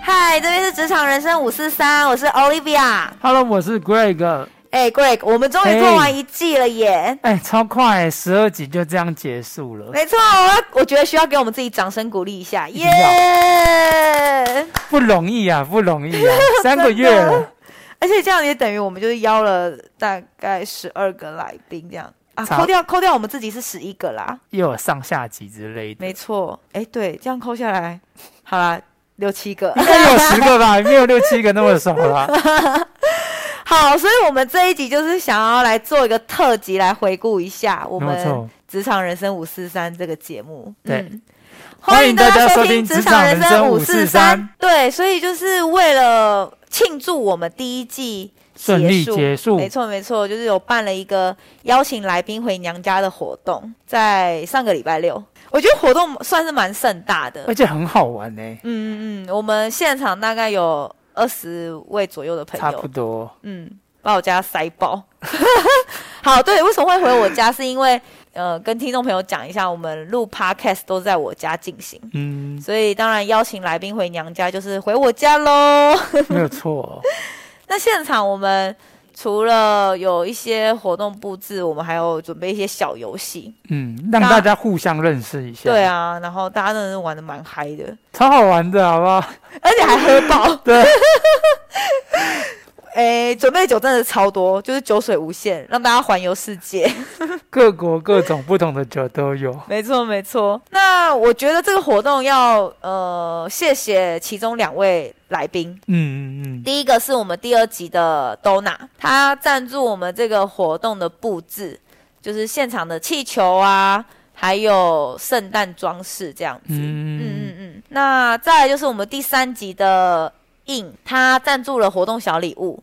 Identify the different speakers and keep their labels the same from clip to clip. Speaker 1: 嗨，这边是职场人生五四三，我是 Olivia。
Speaker 2: Hello，我是 Greg。
Speaker 1: 哎、g r e g 我们终于做完一季了耶！
Speaker 2: 哎、超快、欸，十二集就这样结束了。
Speaker 1: 没错，我要我觉得需要给我们自己掌声鼓励一下，
Speaker 2: 定
Speaker 1: 耶、
Speaker 2: 要不容易啊，不容易啊， 三个月了，
Speaker 1: 而且这样也等于我们就是邀了大概十二个来宾这样啊，
Speaker 2: 差
Speaker 1: 扣掉扣掉我们自己是十一个啦。
Speaker 2: 又有上下集之类的，
Speaker 1: 没错，哎、对，这样扣下来，好啦，六七个。
Speaker 2: 应该有十个吧，没有六七个那么少啦。
Speaker 1: 好，所以我们这一集就是想要来做一个特辑，来回顾一下我们
Speaker 2: 没错
Speaker 1: 《职场人生五四三》这个节目。
Speaker 2: 对
Speaker 1: 嗯
Speaker 2: 欢迎大家收听
Speaker 1: 听
Speaker 2: 职场人生543。
Speaker 1: 对，所以就是为了庆祝我们第一季
Speaker 2: 顺利
Speaker 1: 束
Speaker 2: 结束
Speaker 1: 没错没错，就是有办了一个邀请来宾回娘家的活动，在上个礼拜六，我觉得活动算是蛮盛大的。
Speaker 2: 而且很好玩呢、
Speaker 1: 嗯嗯嗯，我们现场大概有二十位左右的朋
Speaker 2: 差
Speaker 1: 友
Speaker 2: 不，多。
Speaker 1: 嗯，把我家塞爆。 好，对，为什么会回我家？是因为呃，跟听众朋友讲一下，我们录 podcast 都在我家进行，
Speaker 2: 嗯，
Speaker 1: 所以当然邀请来宾回娘家就是回我家喽。
Speaker 2: 没有错，
Speaker 1: 那现场我们除了有一些活动布置，我们还有准备一些小游戏。
Speaker 2: 嗯，让大家互相认识一下，
Speaker 1: 对，啊，然后大家真的是玩的蛮嗨的，
Speaker 2: 超好玩的，好不好？
Speaker 1: 而且还喝爆。
Speaker 2: 对，
Speaker 1: 哎，准备的酒真的超多，就是酒水无限，让大家环游世界。
Speaker 2: 各国各种不同的酒都有，
Speaker 1: 没错，没错。那我觉得这个活动要呃，谢谢其中两位来宾。
Speaker 2: 嗯嗯嗯，
Speaker 1: 第一个是我们第二集的 Dona，她赞助我们这个活动的布置，就是现场的气球啊，还有圣诞装饰这样子。嗯嗯
Speaker 2: 嗯，
Speaker 1: 嗯。那再来就是我们第三集的 In，她赞助了活动小礼物，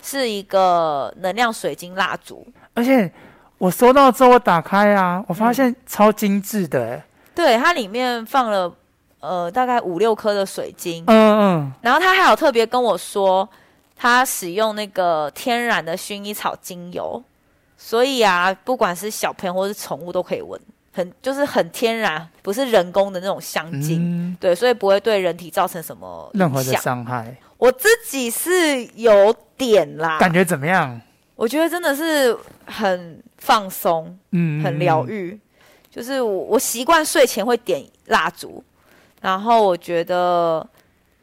Speaker 1: 是一个能量水晶蜡烛。
Speaker 2: 而且我收到之后，我打开啊，我发现超精致的、欸，
Speaker 1: 对，它里面放了呃大概五六颗的水晶，
Speaker 2: 嗯嗯，
Speaker 1: 然后他还有特别跟我说，他使用那个天然的薰衣草精油，所以啊，不管是小朋友或是宠物都可以闻，很就是很天然，不是人工的那种香精。
Speaker 2: 嗯，
Speaker 1: 对，所以不会对人体造成什么
Speaker 2: 任何
Speaker 1: 影
Speaker 2: 的
Speaker 1: 响
Speaker 2: 伤害，
Speaker 1: 我自己是有点啦，
Speaker 2: 感觉怎么样？
Speaker 1: 我觉得真的是很放松，
Speaker 2: 嗯，
Speaker 1: 很疗愈。就是我我习惯睡前会点蜡烛，然后我觉得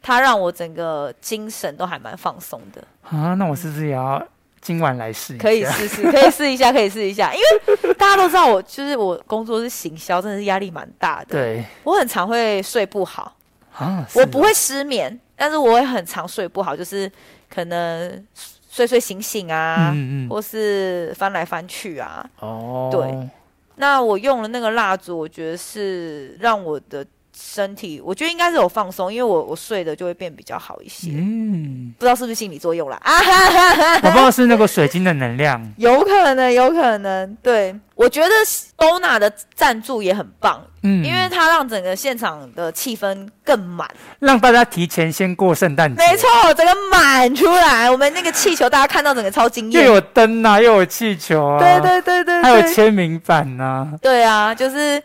Speaker 1: 它让我整个精神都还蛮放松的，
Speaker 2: 啊。那我是不是也要今晚来试一下？
Speaker 1: 可以试试，可以试一下，可以试一下。因为大家都知道我就是我工作是行销，真的是压力蛮大的，
Speaker 2: 对
Speaker 1: 我很常会睡不好，
Speaker 2: 啊，是
Speaker 1: 我不
Speaker 2: 哦
Speaker 1: 会失眠，但是我会很常睡不好，就是可能睡睡醒醒啊，
Speaker 2: 嗯嗯嗯
Speaker 1: 或是翻来翻去啊，
Speaker 2: 哦，
Speaker 1: 对，那我用了那个蜡烛，我觉得是让我的身体，我觉得应该是有放松，因为我我睡的就会变比较好一些，
Speaker 2: 嗯，
Speaker 1: 不知道是不是心理作用啦啊哈，
Speaker 2: 我不知道是那个水晶的能量，
Speaker 1: 有可能，有可能，对我觉得 Dona 的赞助也很棒，
Speaker 2: 嗯，
Speaker 1: 因为它让整个现场的气氛更满，
Speaker 2: 让大家提前先过圣诞节，
Speaker 1: 没，错，整个满出来，我们那个气球大家看到整个超惊
Speaker 2: 又
Speaker 1: 艳，
Speaker 2: 有灯啊，又有气球啊，
Speaker 1: 对对对对
Speaker 2: 还有
Speaker 1: 对，
Speaker 2: 签名版呐、
Speaker 1: 对啊，就是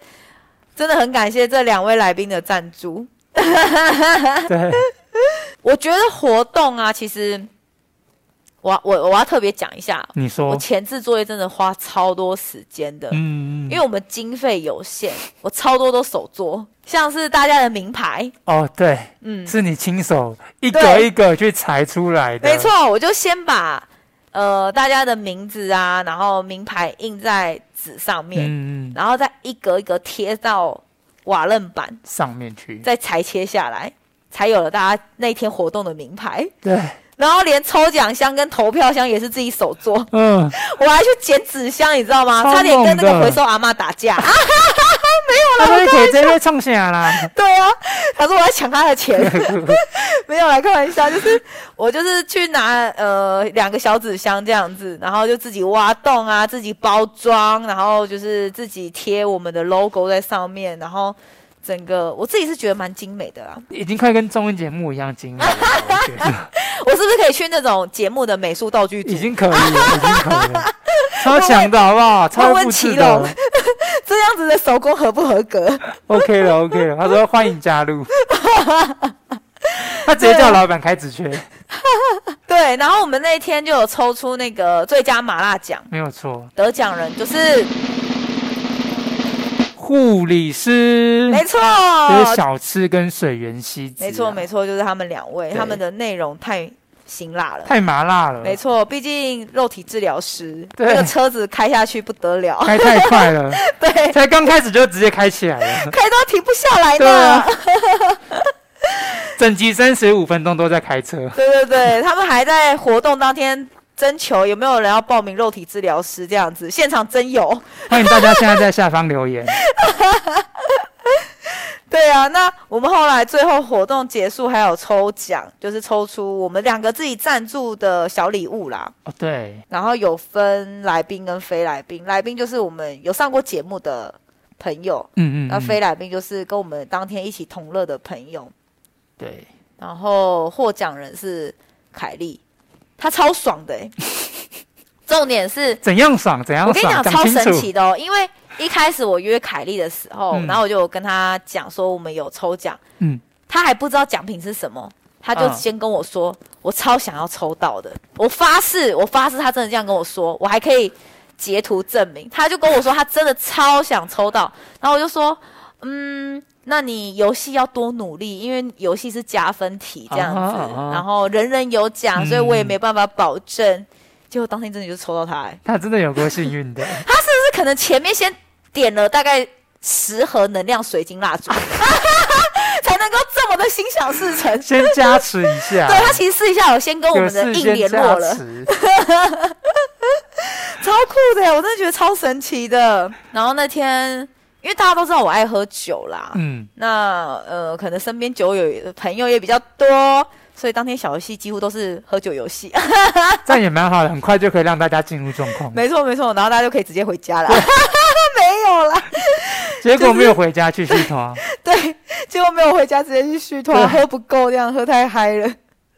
Speaker 1: 真的很感谢这两位来宾的赞助。
Speaker 2: 啊，对，
Speaker 1: 我觉得活动啊，其实我我我要特别讲一下，
Speaker 2: 你
Speaker 1: 我
Speaker 2: 说，
Speaker 1: 前置作业真的花超多时间的，
Speaker 2: 哦嗯，嗯
Speaker 1: 因为我们经费有限，我超多都手做，像是大家的名牌，
Speaker 2: 哦，对，
Speaker 1: 嗯，
Speaker 2: 是你亲手一个
Speaker 1: 对
Speaker 2: 一个去裁出来的，
Speaker 1: 没，错，我就先把呃大家的名字啊，然后名牌印在纸上面，
Speaker 2: 嗯，嗯
Speaker 1: 然后再一格一格贴到瓦楞板，
Speaker 2: 上面去，
Speaker 1: 再裁切下来，才有了大家那天活动的名牌。
Speaker 2: 对，
Speaker 1: 然后连抽奖箱跟投票箱也是自己手做，
Speaker 2: 嗯，
Speaker 1: 我还去捡纸箱，你知道吗？
Speaker 2: 超
Speaker 1: 差点跟那个
Speaker 2: 猛的
Speaker 1: 回收阿妈打架。 啊
Speaker 2: 那我可以直接冲下啦，
Speaker 1: 对啊，他说我要抢他的 钱，没有来开玩笑，就是我就是去拿呃两个小纸箱这样子，然后就自己挖洞啊，自己包装，然后就是自己贴我们的 logo 在上面，然后整个我自己是觉得蛮精美的啊啦。
Speaker 2: 已经快跟综艺节目一样精美了，我觉得
Speaker 1: 我是不是可以去那种节目的美术道 具组
Speaker 2: 已经可以了，已经可以了， 超强的好不好？超
Speaker 1: 问
Speaker 2: 复
Speaker 1: 奇
Speaker 2: 制
Speaker 1: 隆
Speaker 2: 的
Speaker 1: 这样子的手工合不合格？
Speaker 2: ，OK 了，OK 了。他说欢迎加入，他直接叫老板开直缺，
Speaker 1: 对，然后我们那一天就有抽出那个最佳麻辣奖，
Speaker 2: 没有错。
Speaker 1: 得奖人就是
Speaker 2: 护理 师，
Speaker 1: 没错，
Speaker 2: 就是小啊吃跟水源西子啊、
Speaker 1: 没错没错，就是他们两位，
Speaker 2: 对
Speaker 1: 他们的内容太辛辣了。
Speaker 2: 太麻辣了，
Speaker 1: 没错，毕竟肉体治疗师，
Speaker 2: 对
Speaker 1: 那个车子开下去不得了，
Speaker 2: 开太 快了，
Speaker 1: 对，
Speaker 2: 才刚开始就直接开起来 了，
Speaker 1: 开都停不下来
Speaker 2: 对
Speaker 1: 呢
Speaker 2: 啊。， 整集三十五分钟都在开 车，
Speaker 1: 对对对，他们还在活动当天征求有没有人要报名肉体治疗师这样子，现场真有。
Speaker 2: 欢迎大家现在在下方留言，
Speaker 1: 对啊，那我们后来最后活动结束还有抽奖，就是抽出我们两个自己赞助的小礼物啦。
Speaker 2: 哦对，
Speaker 1: 然后有分来宾跟非来宾，来宾就是我们有上过节目的朋友，
Speaker 2: 嗯嗯，
Speaker 1: 那
Speaker 2: 嗯
Speaker 1: 非来宾就是跟我们当天一起同乐的朋友。
Speaker 2: 对，
Speaker 1: 然后获奖人是凯莉，她超爽的、欸，重点是
Speaker 2: 怎样爽怎样
Speaker 1: 我跟你
Speaker 2: 爽，
Speaker 1: 讲，超
Speaker 2: 清
Speaker 1: 神
Speaker 2: 楚
Speaker 1: 奇，的哦，因为一开始我约凯莉的时候，
Speaker 2: 嗯
Speaker 1: 然后我就有跟她讲说我们有抽奖，
Speaker 2: 嗯，
Speaker 1: 她还不知道奖品是什么，她就
Speaker 2: 嗯
Speaker 1: 先跟我说，我超想要抽到的，我发誓，我发誓，她真的这样跟我说，我还可以截图证明，她就跟我说她真的超想抽到，然后我就说，嗯。那你游戏要多努力，因为游戏是加分题这样子
Speaker 2: 啊哈啊哈
Speaker 1: 然后人人有奖，所以我也
Speaker 2: 嗯
Speaker 1: 没办法保证。结果当天真的就抽到她、欸，
Speaker 2: 他真的有够幸运的，
Speaker 1: 就是可能前面先点了大概十盒能量水晶蜡烛， 才能够这么的心想事成。
Speaker 2: 先加持一 下，
Speaker 1: 对他其实私底下有先跟我
Speaker 2: 啊有
Speaker 1: 们的
Speaker 2: 事
Speaker 1: 硬
Speaker 2: 先
Speaker 1: 联络
Speaker 2: 加
Speaker 1: 了，
Speaker 2: 持，
Speaker 1: 超酷的耶，我真的觉得超神奇的。然后那天，因为大家都知道我爱喝酒啦，
Speaker 2: 嗯，
Speaker 1: 那呃，可能身边酒友朋友也比较多，所以当天小游戏几乎都是喝酒游戏。
Speaker 2: 这样也蛮好的，很快就可以让大家进入状况，
Speaker 1: 没错没错，然后大家就可以直接回 家了。没有啦，
Speaker 2: 结果没有回家去续团，
Speaker 1: 对，结果没有回家，直接去续托，
Speaker 2: 对
Speaker 1: 喝不够，这样喝太嗨了。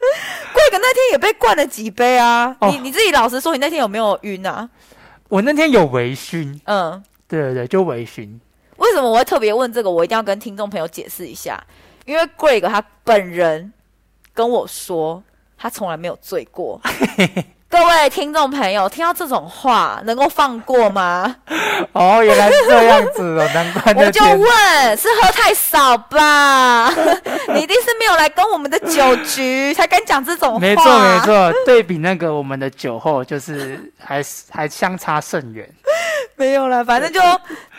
Speaker 1: 贵哥那天也被灌了几杯啊！
Speaker 2: 哦
Speaker 1: 你你自己老实说，你那天有没有晕啊？
Speaker 2: 我那天有微醺，
Speaker 1: 嗯，
Speaker 2: 对对对，就微醺，
Speaker 1: 为什么我会特别问这个？我一定要跟听众朋友解释一下，因为贵哥他本人跟我说，他从来没有醉过。 各位听众朋友，听到这种话能够放过吗？
Speaker 2: 哦，原来是这样子哦，难怪
Speaker 1: 我
Speaker 2: 那
Speaker 1: 就
Speaker 2: 天
Speaker 1: 问，是喝太少吧？ 你一定是没有来跟我们的酒局才敢讲这种话。啊
Speaker 2: 没错没错，对比那个我们的酒后，就是还是还相差甚远。
Speaker 1: 没有啦，反正就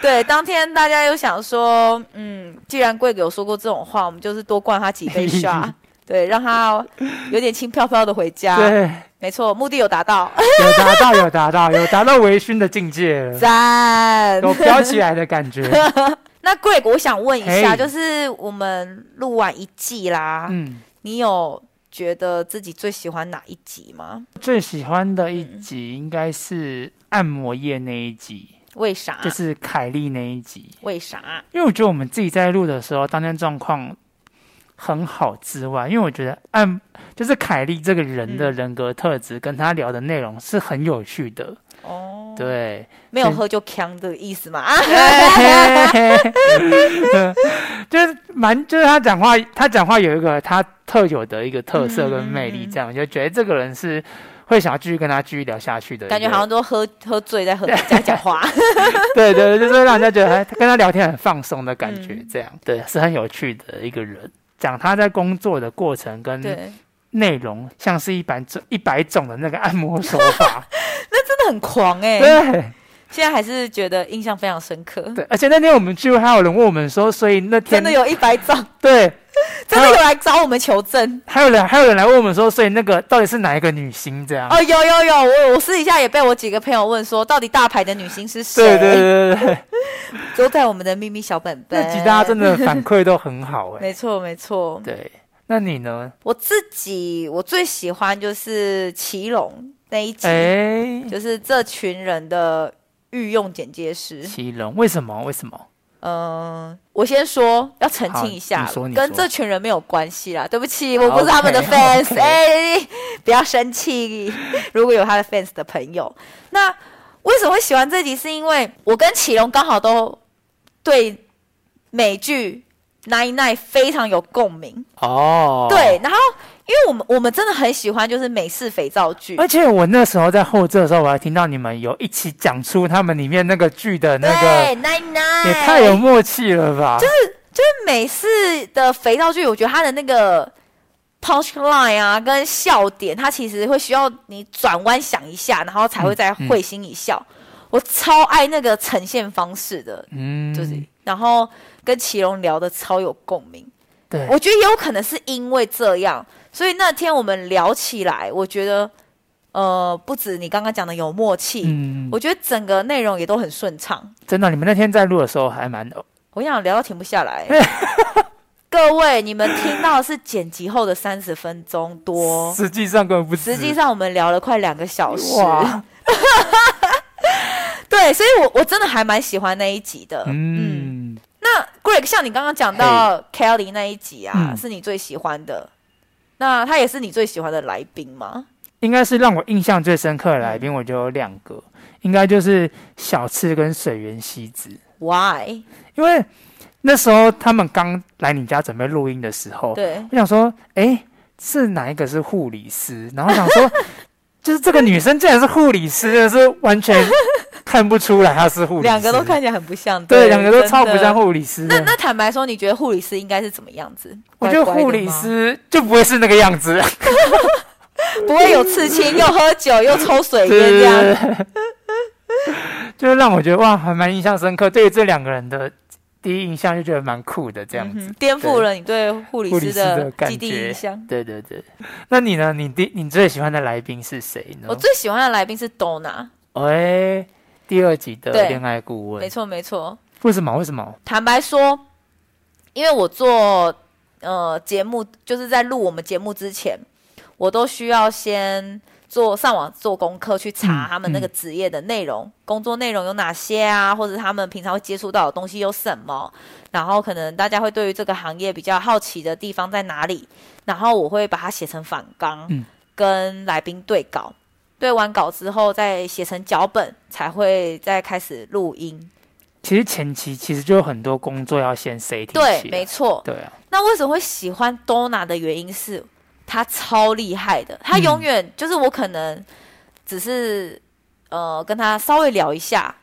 Speaker 1: 对当天大家又想说，嗯，既然贵给我说过这种话，我们就是多灌他几杯 沙，对，让他有点轻飘飘的回家。
Speaker 2: 对，
Speaker 1: 没错，目的有达到，
Speaker 2: 有达到有达到有达到微醺的境界了，
Speaker 1: 赞。
Speaker 2: 有飘起来的感觉。
Speaker 1: 那贵给我想问一下，
Speaker 2: 嘿
Speaker 1: 就是我们录完一季啦，
Speaker 2: 嗯，
Speaker 1: 你有觉得自己最喜欢哪一集吗？
Speaker 2: 最喜欢的一集应该是按摩业那一集，
Speaker 1: 为啥？
Speaker 2: 就是凯莉那一集，
Speaker 1: 为啥？
Speaker 2: 因为我觉得我们自己在录的时候，当天状况。很好之外，因为我觉得按就是凯莉这个人的
Speaker 1: 嗯
Speaker 2: 人格特质，跟她聊的内容是很有趣的，
Speaker 1: 哦，
Speaker 2: 对，
Speaker 1: 没有
Speaker 2: 嗯
Speaker 1: 喝就呛的意思嘛？啊，
Speaker 2: 嘿嘿嘿 就是蛮，就是他讲话，他讲话有一个他特有的一个特色跟魅力，这样就觉得这个人是会想要继续跟他继续聊下去的一个，
Speaker 1: 感觉好像都喝喝醉在喝在讲话。
Speaker 2: 对对对，就是让人家觉得哎跟他聊天很放松的感觉
Speaker 1: 嗯，
Speaker 2: 这样、对，是很有趣的一个人。讲他在工作的过程跟
Speaker 1: 对，
Speaker 2: 内容，像是一百种一百种的那个按摩手 法，
Speaker 1: 真的很狂哎、
Speaker 2: 对
Speaker 1: 现在还是觉得印象非常深刻。
Speaker 2: 对。而且那天我们聚会，还有人问我们说，所以那
Speaker 1: 真
Speaker 2: 天
Speaker 1: 的有一百张，
Speaker 2: 对
Speaker 1: 真的有来找我们求证
Speaker 2: 还有人还有人来问我们说，所以那个到底是哪一个女星这样？
Speaker 1: 哦，有有有，我我私底下也被我几个朋友问说，到底大牌的女星是谁？
Speaker 2: 对对对对对，
Speaker 1: 都在我们的秘密小本本。
Speaker 2: 那集大家真的反馈都很好哎、
Speaker 1: 没错没错，
Speaker 2: 对，那你呢？
Speaker 1: 我自己我最喜欢就是祁隆那一集，
Speaker 2: 哎、
Speaker 1: 就是这群人的御用剪接师。
Speaker 2: 祁隆为什么？为什么？
Speaker 1: 嗯，我先说，要澄
Speaker 2: 好
Speaker 1: 清一下
Speaker 2: 你说，你
Speaker 1: 跟
Speaker 2: 说
Speaker 1: 这群人没有关系啦，对不起，我不是 他们的
Speaker 2: OK，
Speaker 1: fans，
Speaker 2: OK
Speaker 1: 哎、不要生气。 如果有他的 fans 的朋友，那为什么会喜欢这集？是因为我跟祁隆刚好都对美剧奈奈非常有共鸣。
Speaker 2: 哦，
Speaker 1: 对，，然后因为我们我们真的很喜欢就是美式肥皂剧，
Speaker 2: 而且我那时候在后置的时候，我还听到你们有一起讲出他们里面那个剧的那个
Speaker 1: 对，奈奈
Speaker 2: 也太有默契了吧？
Speaker 1: 就是美式的肥皂剧，我觉得它的那个 punch line 啊，跟笑点，它其实会需要你转弯想一下，然后才会再
Speaker 2: 嗯嗯
Speaker 1: 会心一笑。我超爱那个呈现方式的，
Speaker 2: 嗯，
Speaker 1: 就是、然后跟祁隆聊的超有共鸣。
Speaker 2: 对，
Speaker 1: 我觉得也有可能是因为这样，所以那天我们聊起来，我觉得呃，不止你刚刚讲的有默契，
Speaker 2: 嗯，
Speaker 1: 我觉得整个内容也都很顺畅。
Speaker 2: 真的，你们那天在录的时候还蛮
Speaker 1: 我想聊到停不下来。
Speaker 2: 哎
Speaker 1: 各位，你们听到的是剪辑后的三十分钟多，
Speaker 2: 实际上根本不止
Speaker 1: 实际上我们聊了快两个小时。
Speaker 2: 哇，
Speaker 1: 对，所以我我真的还蛮喜欢那一集的。嗯，
Speaker 2: 嗯，哎
Speaker 1: 那 Greg，像你刚刚讲到 Kelly 那一集啊，
Speaker 2: 嗯
Speaker 1: 是你最喜欢的，那他也是你最喜欢的来宾吗？
Speaker 2: 应该是让我印象最深刻的来
Speaker 1: 嗯
Speaker 2: 宾，我就有两个，应该就是小赤跟水原希子，
Speaker 1: Why？
Speaker 2: 因为那时候他们刚来你家准备录音的时候，
Speaker 1: 对，
Speaker 2: 我想说，哎，是哪一个是护理师？然后想说， 就是这个女生竟然是护理师，真的是完全看不出来她是护理师，
Speaker 1: 两个都看起来很不像，
Speaker 2: 对，两个都超不像
Speaker 1: 真的。
Speaker 2: 护理师
Speaker 1: 那
Speaker 2: 的。
Speaker 1: 那坦白说，你觉得护理师应该是怎么样子？
Speaker 2: 我觉得
Speaker 1: 乖乖的
Speaker 2: 护理
Speaker 1: 吗
Speaker 2: 师就不会是那个样子，
Speaker 1: 不会有刺青，又喝酒又抽水
Speaker 2: 对
Speaker 1: 烟这样。
Speaker 2: 就是让我觉得哇，还蛮印象深刻。对于这两个人的第一印象就觉得蛮酷的这样子。
Speaker 1: 嗯哼颠覆了你对护理
Speaker 2: 护理
Speaker 1: 师
Speaker 2: 师的
Speaker 1: 的
Speaker 2: 感
Speaker 1: 既定
Speaker 2: 觉
Speaker 1: 印象。
Speaker 2: 对对对，那你呢？你第你最喜欢的来宾是谁呢
Speaker 1: 我？最喜欢的来宾是 Donna，
Speaker 2: 哎，第二集的
Speaker 1: 对
Speaker 2: 恋爱顾问
Speaker 1: 没，错没错。
Speaker 2: 为什么？为什么？
Speaker 1: 坦白说，因为我做呃节目，就是在录我们节目之前，我都需要先做上网做功课，去查
Speaker 2: 嗯
Speaker 1: 他们那个职业的内容、工作内容有哪些啊，或者他们平常会接触到的东西有什么，然后可能大家会对于这个行业比较好奇的地方在哪里，然后我会把它写成反纲，
Speaker 2: 嗯
Speaker 1: 跟来宾对稿。对完稿之后，再写成脚本，才会再开始录音。
Speaker 2: 其实前期其实就有很多工作要先 C T
Speaker 1: 对，没错。
Speaker 2: 对啊，
Speaker 1: 那为什么会喜欢 Donna 的原因是，她超厉害的，她
Speaker 2: 嗯
Speaker 1: 永远、就是我可能只是呃跟她稍微聊一下，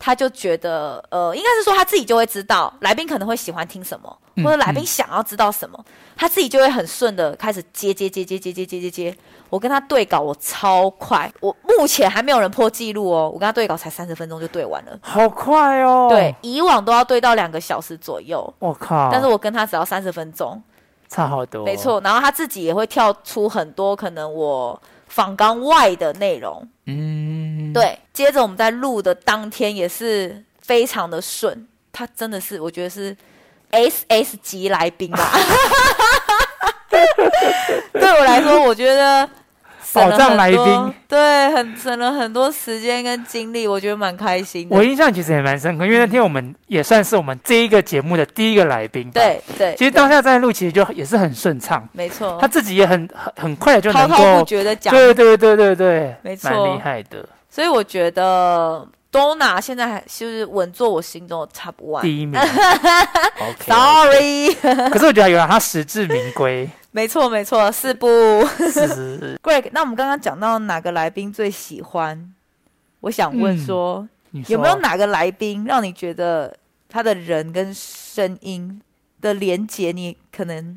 Speaker 1: 她就觉得呃应该是说她自己就会知道来宾可能会喜欢听什么，
Speaker 2: 嗯
Speaker 1: 或者来宾想要知道什么，她自己就会很顺的开始接接接接接接接接接。我跟她对稿我超快，我目前还没有人破纪录哦，我跟她对稿才三十分钟就对完了。
Speaker 2: 好快哦！
Speaker 1: 对，，以往都要对到两个小时左右，
Speaker 2: 我靠，
Speaker 1: 但是我跟她只要三十分钟，
Speaker 2: 差好多，哦
Speaker 1: 没，错，然后他自己也会跳出很多可能我访纲外的内容。
Speaker 2: 嗯，，
Speaker 1: 对，接着我们在录的当天也是非常的顺，他真的是我觉得是 S S 级来宾吧。 对我来说，我觉得省了
Speaker 2: 宝藏来
Speaker 1: 很多
Speaker 2: 宾，
Speaker 1: 对，很省了很多时间跟精力，我觉得蛮开心
Speaker 2: 我
Speaker 1: 的。
Speaker 2: 印象其实也蛮深刻，因为那天我们也算是我们这一个节目的第一个来宾，，
Speaker 1: 对对，
Speaker 2: 其实当下在录其实就也是很顺畅，
Speaker 1: 没错
Speaker 2: 他，自己也很很很快的就
Speaker 1: 嗯滔
Speaker 2: 能
Speaker 1: 滔不
Speaker 2: 够，
Speaker 1: 绝的讲
Speaker 2: 对对对对对，
Speaker 1: 没错
Speaker 2: 蛮厉害的，
Speaker 1: 所以我觉得 Donna 现在还就是稳坐我心中的 top one。
Speaker 2: 第一名，OK，
Speaker 1: Sorry，
Speaker 2: 可是我觉得有让他实至名 归，
Speaker 1: 没错没错，是不
Speaker 2: 是是是，
Speaker 1: ？Greg，那我们刚刚讲到哪个来宾最喜欢？我想问说，
Speaker 2: 嗯你
Speaker 1: 有没有
Speaker 2: 说
Speaker 1: 哪个来宾让你觉得他的人跟声音的连接，你可能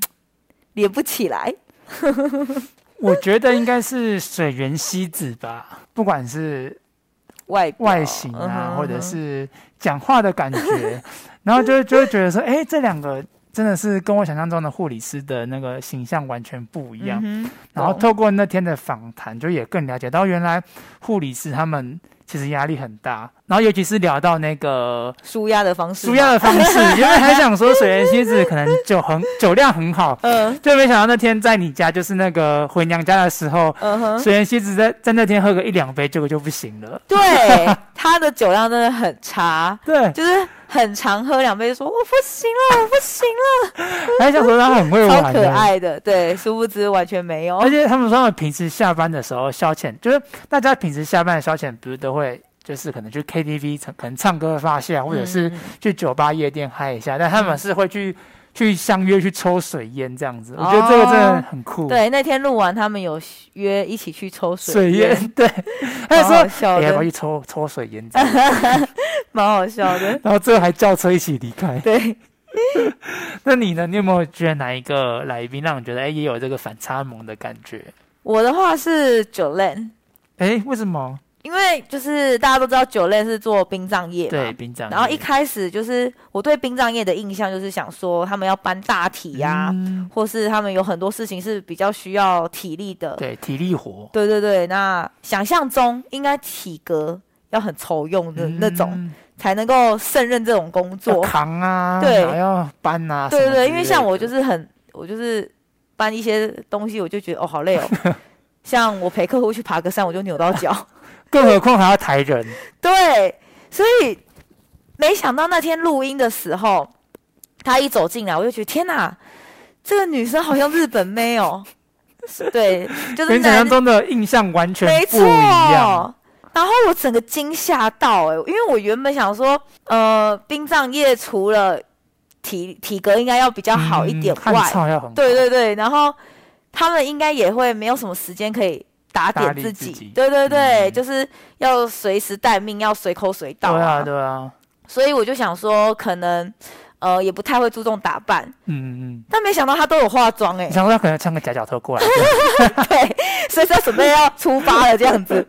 Speaker 1: 连不起来？
Speaker 2: 我觉得应该是水原希子吧，不管是
Speaker 1: 外表
Speaker 2: 外形啊，
Speaker 1: 嗯哼
Speaker 2: 或者是讲话的 感觉，然后就会就会觉得说，哎、这两个真的是跟我想象中的护理师的那个形象完全不一样。
Speaker 1: 嗯哼
Speaker 2: 然后
Speaker 1: 懂
Speaker 2: 透过那天的访谈，就也更了解到原来护理师他们其实压力很大，然后尤其是聊到那个
Speaker 1: 舒压的方式，
Speaker 2: 舒压，的方 式，因为还想说水原希子可能酒很酒量很好。
Speaker 1: 嗯
Speaker 2: 就没想到那天在你家，就是那个回娘家的时候，
Speaker 1: 嗯哼，
Speaker 2: 虽然西子在在那天喝个一两杯，结果就不行了。
Speaker 1: 对，他的酒量真的很差。
Speaker 2: 对，
Speaker 1: 就是很常喝两杯，就说我哦不行了， 我不行
Speaker 2: 还想说他很会
Speaker 1: 了，
Speaker 2: 玩，
Speaker 1: 超可。爱哦的。对，殊不知完全没有
Speaker 2: 啊而。且他们说，他们平时下班的时候消遣，就是大家平时下班的消遣，不是都会就是可能去 KTV，唱可能唱歌发泄，或者是
Speaker 1: 嗯
Speaker 2: 去酒吧夜店嗨一下，但他们是会去去相约去抽水烟这样子，我觉得这个真的很酷。
Speaker 1: 对，那天录完，他们有约一起去抽
Speaker 2: 水
Speaker 1: 烟，
Speaker 2: 烟， 对，他
Speaker 1: 蛮
Speaker 2: 就
Speaker 1: 好
Speaker 2: 说
Speaker 1: 笑
Speaker 2: 哎要不要
Speaker 1: 的，
Speaker 2: 去抽 抽水烟这样子，
Speaker 1: 蛮好笑 的。
Speaker 2: 然后最后还叫车一起离开。
Speaker 1: 对，
Speaker 2: 那你呢？你有没有觉得哪一个来宾让你觉得哎、也有这个反差萌的感觉？
Speaker 1: 我的话是九 n
Speaker 2: 哎、为什么？
Speaker 1: 因为就是大家都知道九 n 是做殡葬业
Speaker 2: 对，
Speaker 1: 嘛。
Speaker 2: 冰长。
Speaker 1: 啊然后一开始就是我对殡葬业的印象就是想说他们要搬大体呀、
Speaker 2: 嗯
Speaker 1: 或是他们有很多事情是比较需要体力的。
Speaker 2: 对，体力活
Speaker 1: 对对对，那想象中应该体格要很愁用的那种，
Speaker 2: 嗯
Speaker 1: 才能够胜任这种工
Speaker 2: 要
Speaker 1: 作。
Speaker 2: 扛啊，
Speaker 1: 对
Speaker 2: 还要搬啊，
Speaker 1: 对对对，因为像我
Speaker 2: 就
Speaker 1: 就是很，我就是搬一些东西，我就觉得哦好 累哦。像我陪客户去爬个山，我就扭到脚。
Speaker 2: 更何况还要抬人，
Speaker 1: 对，所以没想到那天录音的时候，她一走进来，我就觉得天哪，这个女生好像日本妹哦。对，就是
Speaker 2: 跟想
Speaker 1: 男
Speaker 2: 象中的印象完全
Speaker 1: 没
Speaker 2: 不
Speaker 1: 错
Speaker 2: 一样。。
Speaker 1: 然后我整个惊吓到哎、欸因为我原本想说，呃，殡葬业除了体体格应该要比较好一点
Speaker 2: 嗯
Speaker 1: 外
Speaker 2: 汉，草要很好
Speaker 1: 对对对，然后他们应该也会没有什么时间可以打
Speaker 2: 打
Speaker 1: 点
Speaker 2: 理
Speaker 1: 自
Speaker 2: 自
Speaker 1: 己，
Speaker 2: 己
Speaker 1: 对对对，
Speaker 2: 嗯
Speaker 1: 就是要随时待命，要随口随到
Speaker 2: 对啊对啊，
Speaker 1: 所以我就想说，可能呃也不太会注重打扮，
Speaker 2: 嗯嗯，
Speaker 1: 但没想到他都有化妆哎、
Speaker 2: 你想说他可能穿个夹脚拖过来，这样
Speaker 1: 对，所以他准备要出发了这样子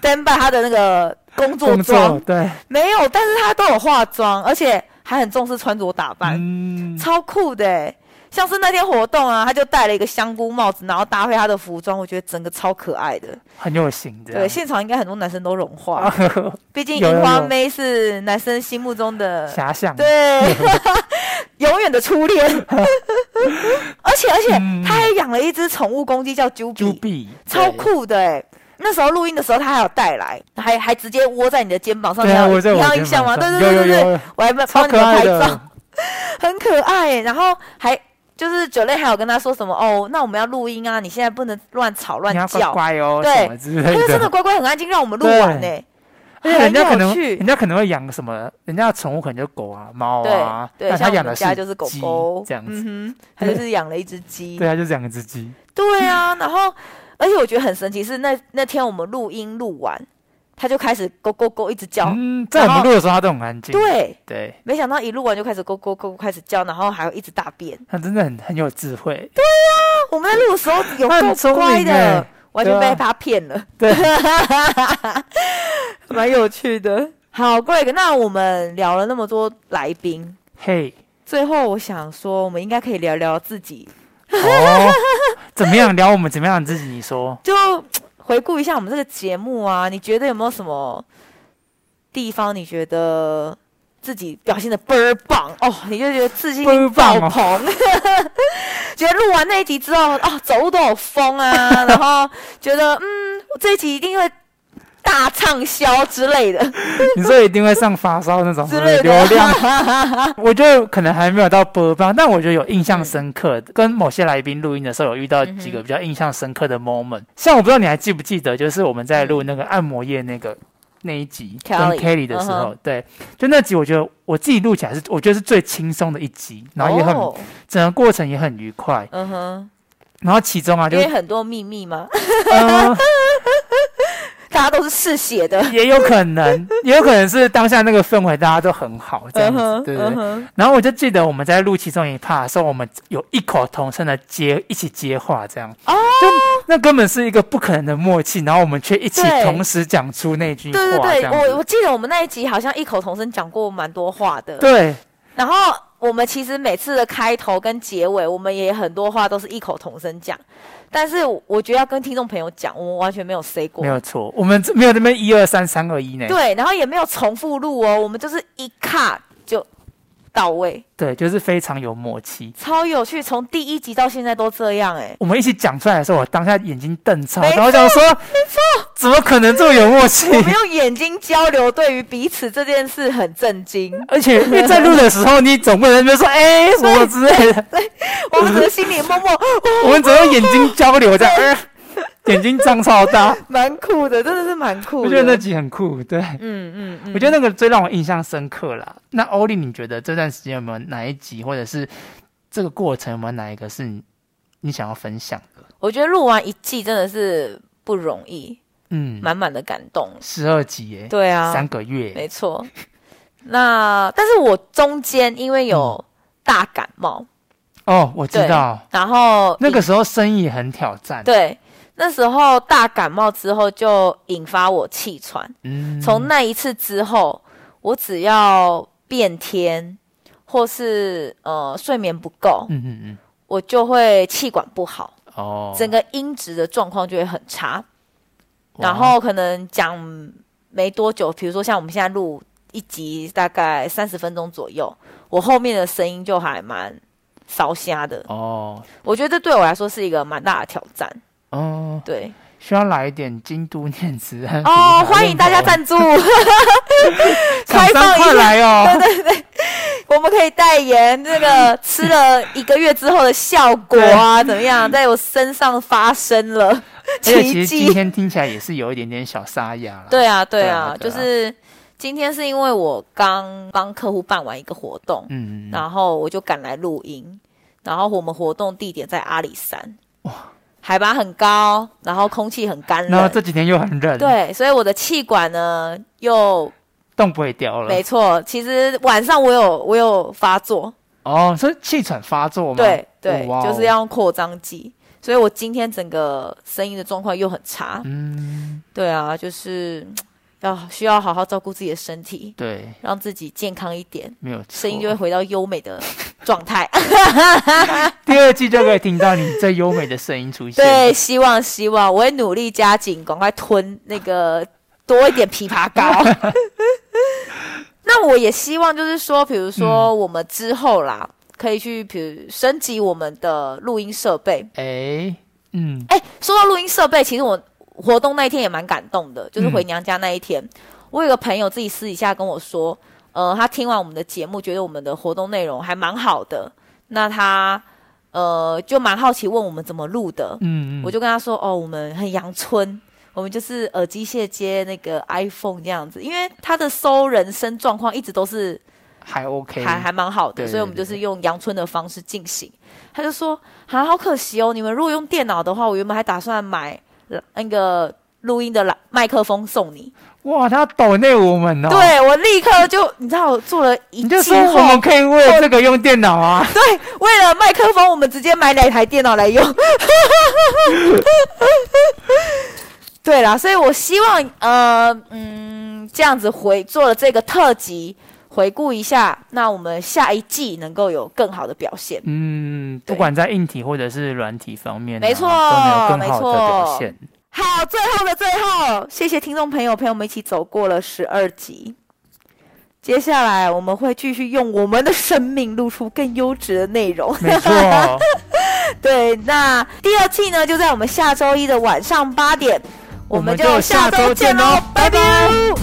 Speaker 1: ，stand by 他的那个工作
Speaker 2: 工
Speaker 1: 装
Speaker 2: 作对，
Speaker 1: 没有，但是他都有化妆，而且还很重视穿着打扮，
Speaker 2: 嗯，
Speaker 1: 超酷的欸。像是那天活动啊，他就戴了一个香菇帽子，然后搭配他的服装，我觉得整个超可爱的。
Speaker 2: 很有型这
Speaker 1: 对，
Speaker 2: 样。
Speaker 1: 现场应该很多男生都融化， 毕竟
Speaker 2: 有有
Speaker 1: 樱花
Speaker 2: 有
Speaker 1: 妹是男生心目中的
Speaker 2: 遐想，
Speaker 1: 对， 永远的初恋。 而且而且，
Speaker 2: 嗯
Speaker 1: 他还养了一只宠物公鸡叫啾
Speaker 2: 朱
Speaker 1: 比，
Speaker 2: 碧
Speaker 1: 超，酷的哎、那时候录音的时候，他还有带来，还还直接窝在你的肩膀上，
Speaker 2: 对对
Speaker 1: 你
Speaker 2: 啊，
Speaker 1: 要
Speaker 2: 我在
Speaker 1: 你
Speaker 2: 我
Speaker 1: 要
Speaker 2: 肩
Speaker 1: 印象吗？
Speaker 2: 膀
Speaker 1: 对
Speaker 2: 上
Speaker 1: 对对
Speaker 2: 有
Speaker 1: 对
Speaker 2: 有
Speaker 1: 对，
Speaker 2: 有，
Speaker 1: 我还帮
Speaker 2: 超
Speaker 1: 帮你
Speaker 2: 可
Speaker 1: 们
Speaker 2: 爱
Speaker 1: 拍照，
Speaker 2: 的，
Speaker 1: 很可爱、欸。然 后还就是九类还有跟他说什么哦，那我们要录音啊，你现在不能乱吵乱
Speaker 2: 你要乖
Speaker 1: 叫。
Speaker 2: 乖哦，
Speaker 1: 对
Speaker 2: 什么之
Speaker 1: 他
Speaker 2: 类
Speaker 1: 就真的
Speaker 2: 的。
Speaker 1: 乖乖很安静，让我们录完呢、
Speaker 2: 而且人家可
Speaker 1: 很有
Speaker 2: 能，
Speaker 1: 趣
Speaker 2: 人。家可能会养什么，人家的宠物可能就狗啊、猫啊，
Speaker 1: 对对，
Speaker 2: 但他
Speaker 1: 像我
Speaker 2: 养的
Speaker 1: 们家就是狗
Speaker 2: 鸡
Speaker 1: 狗
Speaker 2: 这样子，
Speaker 1: 嗯哼，他就是养了一只鸡。
Speaker 2: 对啊，就是养一只鸡，
Speaker 1: 对啊，然后而且我觉得很神奇是那那天我们录音录完，他就开始咕咕咕一直叫，
Speaker 2: 嗯，在我
Speaker 1: 然
Speaker 2: 们
Speaker 1: 后
Speaker 2: 录的时候它都很安静，
Speaker 1: 对，
Speaker 2: 对，
Speaker 1: 没想到一录完就开始咕咕咕咕开始叫，然后还会一直大便。
Speaker 2: 它真的很很有智慧，
Speaker 1: 啊我们在录的时候有
Speaker 2: 它很
Speaker 1: 够
Speaker 2: 聪
Speaker 1: 乖
Speaker 2: 明
Speaker 1: 的
Speaker 2: 欸，
Speaker 1: 完全
Speaker 2: 对
Speaker 1: 被
Speaker 2: 啊
Speaker 1: 他骗了，
Speaker 2: 对，
Speaker 1: 啊蛮有趣的。好，Greg，那我们聊了那么多来宾，
Speaker 2: 嘿，
Speaker 1: 最后我想说，我们应该可以聊聊自己，
Speaker 2: 哦，怎么样聊我们怎么样自己？你说，
Speaker 1: 就回顾一下我们这个节目啊，你觉得有没有什么地方你觉得自己表现的倍儿棒哦？你就觉得自信
Speaker 2: 倍儿
Speaker 1: 心
Speaker 2: 棒
Speaker 1: 爆
Speaker 2: 哦
Speaker 1: 棚， 觉得录完那一集之后，哦，走路都有风 啊，然后觉得嗯，我这一集一定会大畅销之类的
Speaker 2: 你说一定会上发烧那种
Speaker 1: 之类的
Speaker 2: 流量， 我觉得可能还没有到波棒，但我觉得有印象深刻
Speaker 1: 嗯
Speaker 2: 的，跟某些来宾录音的时候有遇到几个比较印象深刻的
Speaker 1: 嗯
Speaker 2: moment。像我不知道你还记不记得，就是我们在录那个按摩业那个那一集跟
Speaker 1: Kelly，嗯
Speaker 2: Kelly 的时候，对，就那集我觉得我自己录起来是我觉得是最轻松的一集，然后也很
Speaker 1: 哦
Speaker 2: 整个过程也很愉快。
Speaker 1: 嗯哼，
Speaker 2: 然后其中啊，就
Speaker 1: 因为很多秘密嘛，
Speaker 2: 呃
Speaker 1: 大家都是嗜血的，
Speaker 2: 也有可能，也有可能是当下那个氛围大家都很好这样
Speaker 1: 嗯
Speaker 2: 子，
Speaker 1: 哼，
Speaker 2: 对对对
Speaker 1: 嗯。哼，
Speaker 2: 然后我就记得我们在录其中一 part 的时候，我们有异口同声的接一起接话，这样
Speaker 1: 哦
Speaker 2: 就那根本是一个不可能的默契，然后我们却一起
Speaker 1: 对
Speaker 2: 同时讲出那句话，
Speaker 1: 嗯哦对
Speaker 2: 这
Speaker 1: 对对，
Speaker 2: 样子
Speaker 1: 我我记得我们那一集好像异口同声讲过蛮多话的，
Speaker 2: 对
Speaker 1: 然后我们其实每次的开头跟结尾，我们也很多话都是异口同声讲，但是我觉得要跟听众朋友讲，我们完全没有 say 过
Speaker 2: 没。有错，我们这没有那边一二三三二一呢，
Speaker 1: 对，然后也没有重复录哦，我们就是一卡就到位，
Speaker 2: 对，就是非常有默契。
Speaker 1: 超有趣。从第一集到现在都这样 哎、
Speaker 2: 我们一起讲出来的时候，我当下眼睛瞪超，
Speaker 1: 没错
Speaker 2: 然后想说，怎么可能这么有默契？
Speaker 1: 我们用眼睛交流，对于彼此这件事很震 惊。
Speaker 2: 而且因为在录的时候，你总不能在那边说哎、什么之类的，
Speaker 1: 我们只是心里默默，哦
Speaker 2: 我们只能眼睛交流这样，呃眼睛张超大。
Speaker 1: 蛮酷的，真的是蛮酷的。
Speaker 2: 我觉得那集很酷，对、
Speaker 1: 嗯嗯嗯，
Speaker 2: 我觉得那个最让我印象深刻啦。那欧丽，你觉得这段时间有没有哪一集，或者是这个过程有没有哪一个是你你想要分享的？
Speaker 1: 我觉得录完一季真的是不容易，
Speaker 2: 嗯，
Speaker 1: 满满的感动。
Speaker 2: 十二集耶，
Speaker 1: 对啊，
Speaker 2: 三个月耶，
Speaker 1: 没错。那但是我中间因为
Speaker 2: 嗯
Speaker 1: 有大感冒，
Speaker 2: 哦，我知
Speaker 1: 对
Speaker 2: 道，
Speaker 1: 然后
Speaker 2: 那个时候生意很挑战，，
Speaker 1: 对那时候大感冒之后就引发我气喘，
Speaker 2: 嗯，
Speaker 1: 从那一次之后，我只要变天或是呃睡眠不够，
Speaker 2: 嗯嗯嗯，
Speaker 1: 我就会气管不好，
Speaker 2: 哦，
Speaker 1: 整个音质的状况就会很差。
Speaker 2: 哇
Speaker 1: 然后可能讲没多久，比如说像我们现在录一集大概三十分钟左右，我后面的声音就还蛮烧瞎的。
Speaker 2: 哦
Speaker 1: 我觉得这对我来说是一个蛮大的挑战。
Speaker 2: 哦，
Speaker 1: 对
Speaker 2: 需要来一点京都念慈庵
Speaker 1: 哦，欢迎大家
Speaker 2: 在
Speaker 1: 赞助，
Speaker 2: 厂
Speaker 1: 开
Speaker 2: 商
Speaker 1: 放一
Speaker 2: 快
Speaker 1: 下
Speaker 2: 来哦，
Speaker 1: 我们可以代言这个吃了一个月之后的效果啊，怎么样，在我身上发生了
Speaker 2: 而且
Speaker 1: 奇
Speaker 2: 其实今
Speaker 1: 迹。
Speaker 2: 天听起来也是有一点点小沙哑了，，
Speaker 1: 对啊，对啊
Speaker 2: 啊，对
Speaker 1: 就
Speaker 2: 啊
Speaker 1: 是今天是因为我刚帮客户办完一个活动，
Speaker 2: 嗯，嗯嗯
Speaker 1: 然后我就赶来录音，然后我们活动地点在阿里山，海拔很高，然后空气很干
Speaker 2: 然后
Speaker 1: 冷，
Speaker 2: 这几天又很冷，，
Speaker 1: 对，所以我的气管呢又
Speaker 2: 冻不会掉了
Speaker 1: 没，错，其实晚上我有我有发作，
Speaker 2: 哦，是气喘发作吗？
Speaker 1: 对对，
Speaker 2: 哇哦
Speaker 1: 就是要用扩张剂，所以我今天整个声音的状况又很差，
Speaker 2: 嗯，
Speaker 1: 对啊，就是嗯要需要好好照顾自己的身体，
Speaker 2: 对，
Speaker 1: 让自己健康一点，
Speaker 2: 没有
Speaker 1: 声音
Speaker 2: 错
Speaker 1: 就会回到优美的状态。
Speaker 2: 第二季就可以听到你最优美的声音出现。
Speaker 1: 对，，希望希望，我会努力加紧，赶快吞那个多一点枇杷膏。那我也希望，就是说，比如说我们之后啦，可以去，比如升级我们的录音设备。
Speaker 2: 哎，嗯，
Speaker 1: 哎，说到录音设备，其实我活动那一天也蛮感动的，就是回娘家那一天，我有个朋友自己私底下跟我说，呃，他听完我们的节目，觉得我们的活动内容还蛮好的，那他呃就蛮好奇问我们怎么录的，
Speaker 2: 嗯，
Speaker 1: 我
Speaker 2: 就
Speaker 1: 就跟他说：“哦，我们很阳春， 我们就是耳机卸接那个 iPhone 这样子，因为他的收人声状况一直都是
Speaker 2: 还 OK，
Speaker 1: 还还蛮好的，
Speaker 2: 对
Speaker 1: 所以我们就是用阳春的方式进行。”他就说：“啊，好可惜哦，你们如果用电脑的话，我原本还打算买呃那个录音的喇麦克风送你。
Speaker 2: 哇，他抖内我们哦，，
Speaker 1: 对我立刻就你知道，我做了一
Speaker 2: 你就
Speaker 1: 季
Speaker 2: 说我
Speaker 1: 后
Speaker 2: 们，可以为了这个用电脑啊，
Speaker 1: 对，为了麦克风，我们直接买哪台电脑来用。 对啦，所以我希望，呃，嗯，这样子回做了这个特辑，回顾一下，那我们下一季能够有更好的表现。
Speaker 2: 嗯，
Speaker 1: 对
Speaker 2: 不管在硬体或者是软体方面啊，
Speaker 1: 没错
Speaker 2: 都没有更好
Speaker 1: 没错
Speaker 2: 的表现。
Speaker 1: 好，最后的最后，谢谢听众朋友陪我们一起走过了十二集。接下来我们会继续用我们的生命录出更优质的内容。
Speaker 2: 没错，
Speaker 1: 对，那第二季呢，就在我们下周一的晚上八点，我
Speaker 2: 我
Speaker 1: 们
Speaker 2: 们
Speaker 1: 就
Speaker 2: 就
Speaker 1: 下
Speaker 2: 下
Speaker 1: 周
Speaker 2: 周
Speaker 1: 见
Speaker 2: 见
Speaker 1: 喽
Speaker 2: 喽，
Speaker 1: 拜拜。
Speaker 2: 拜拜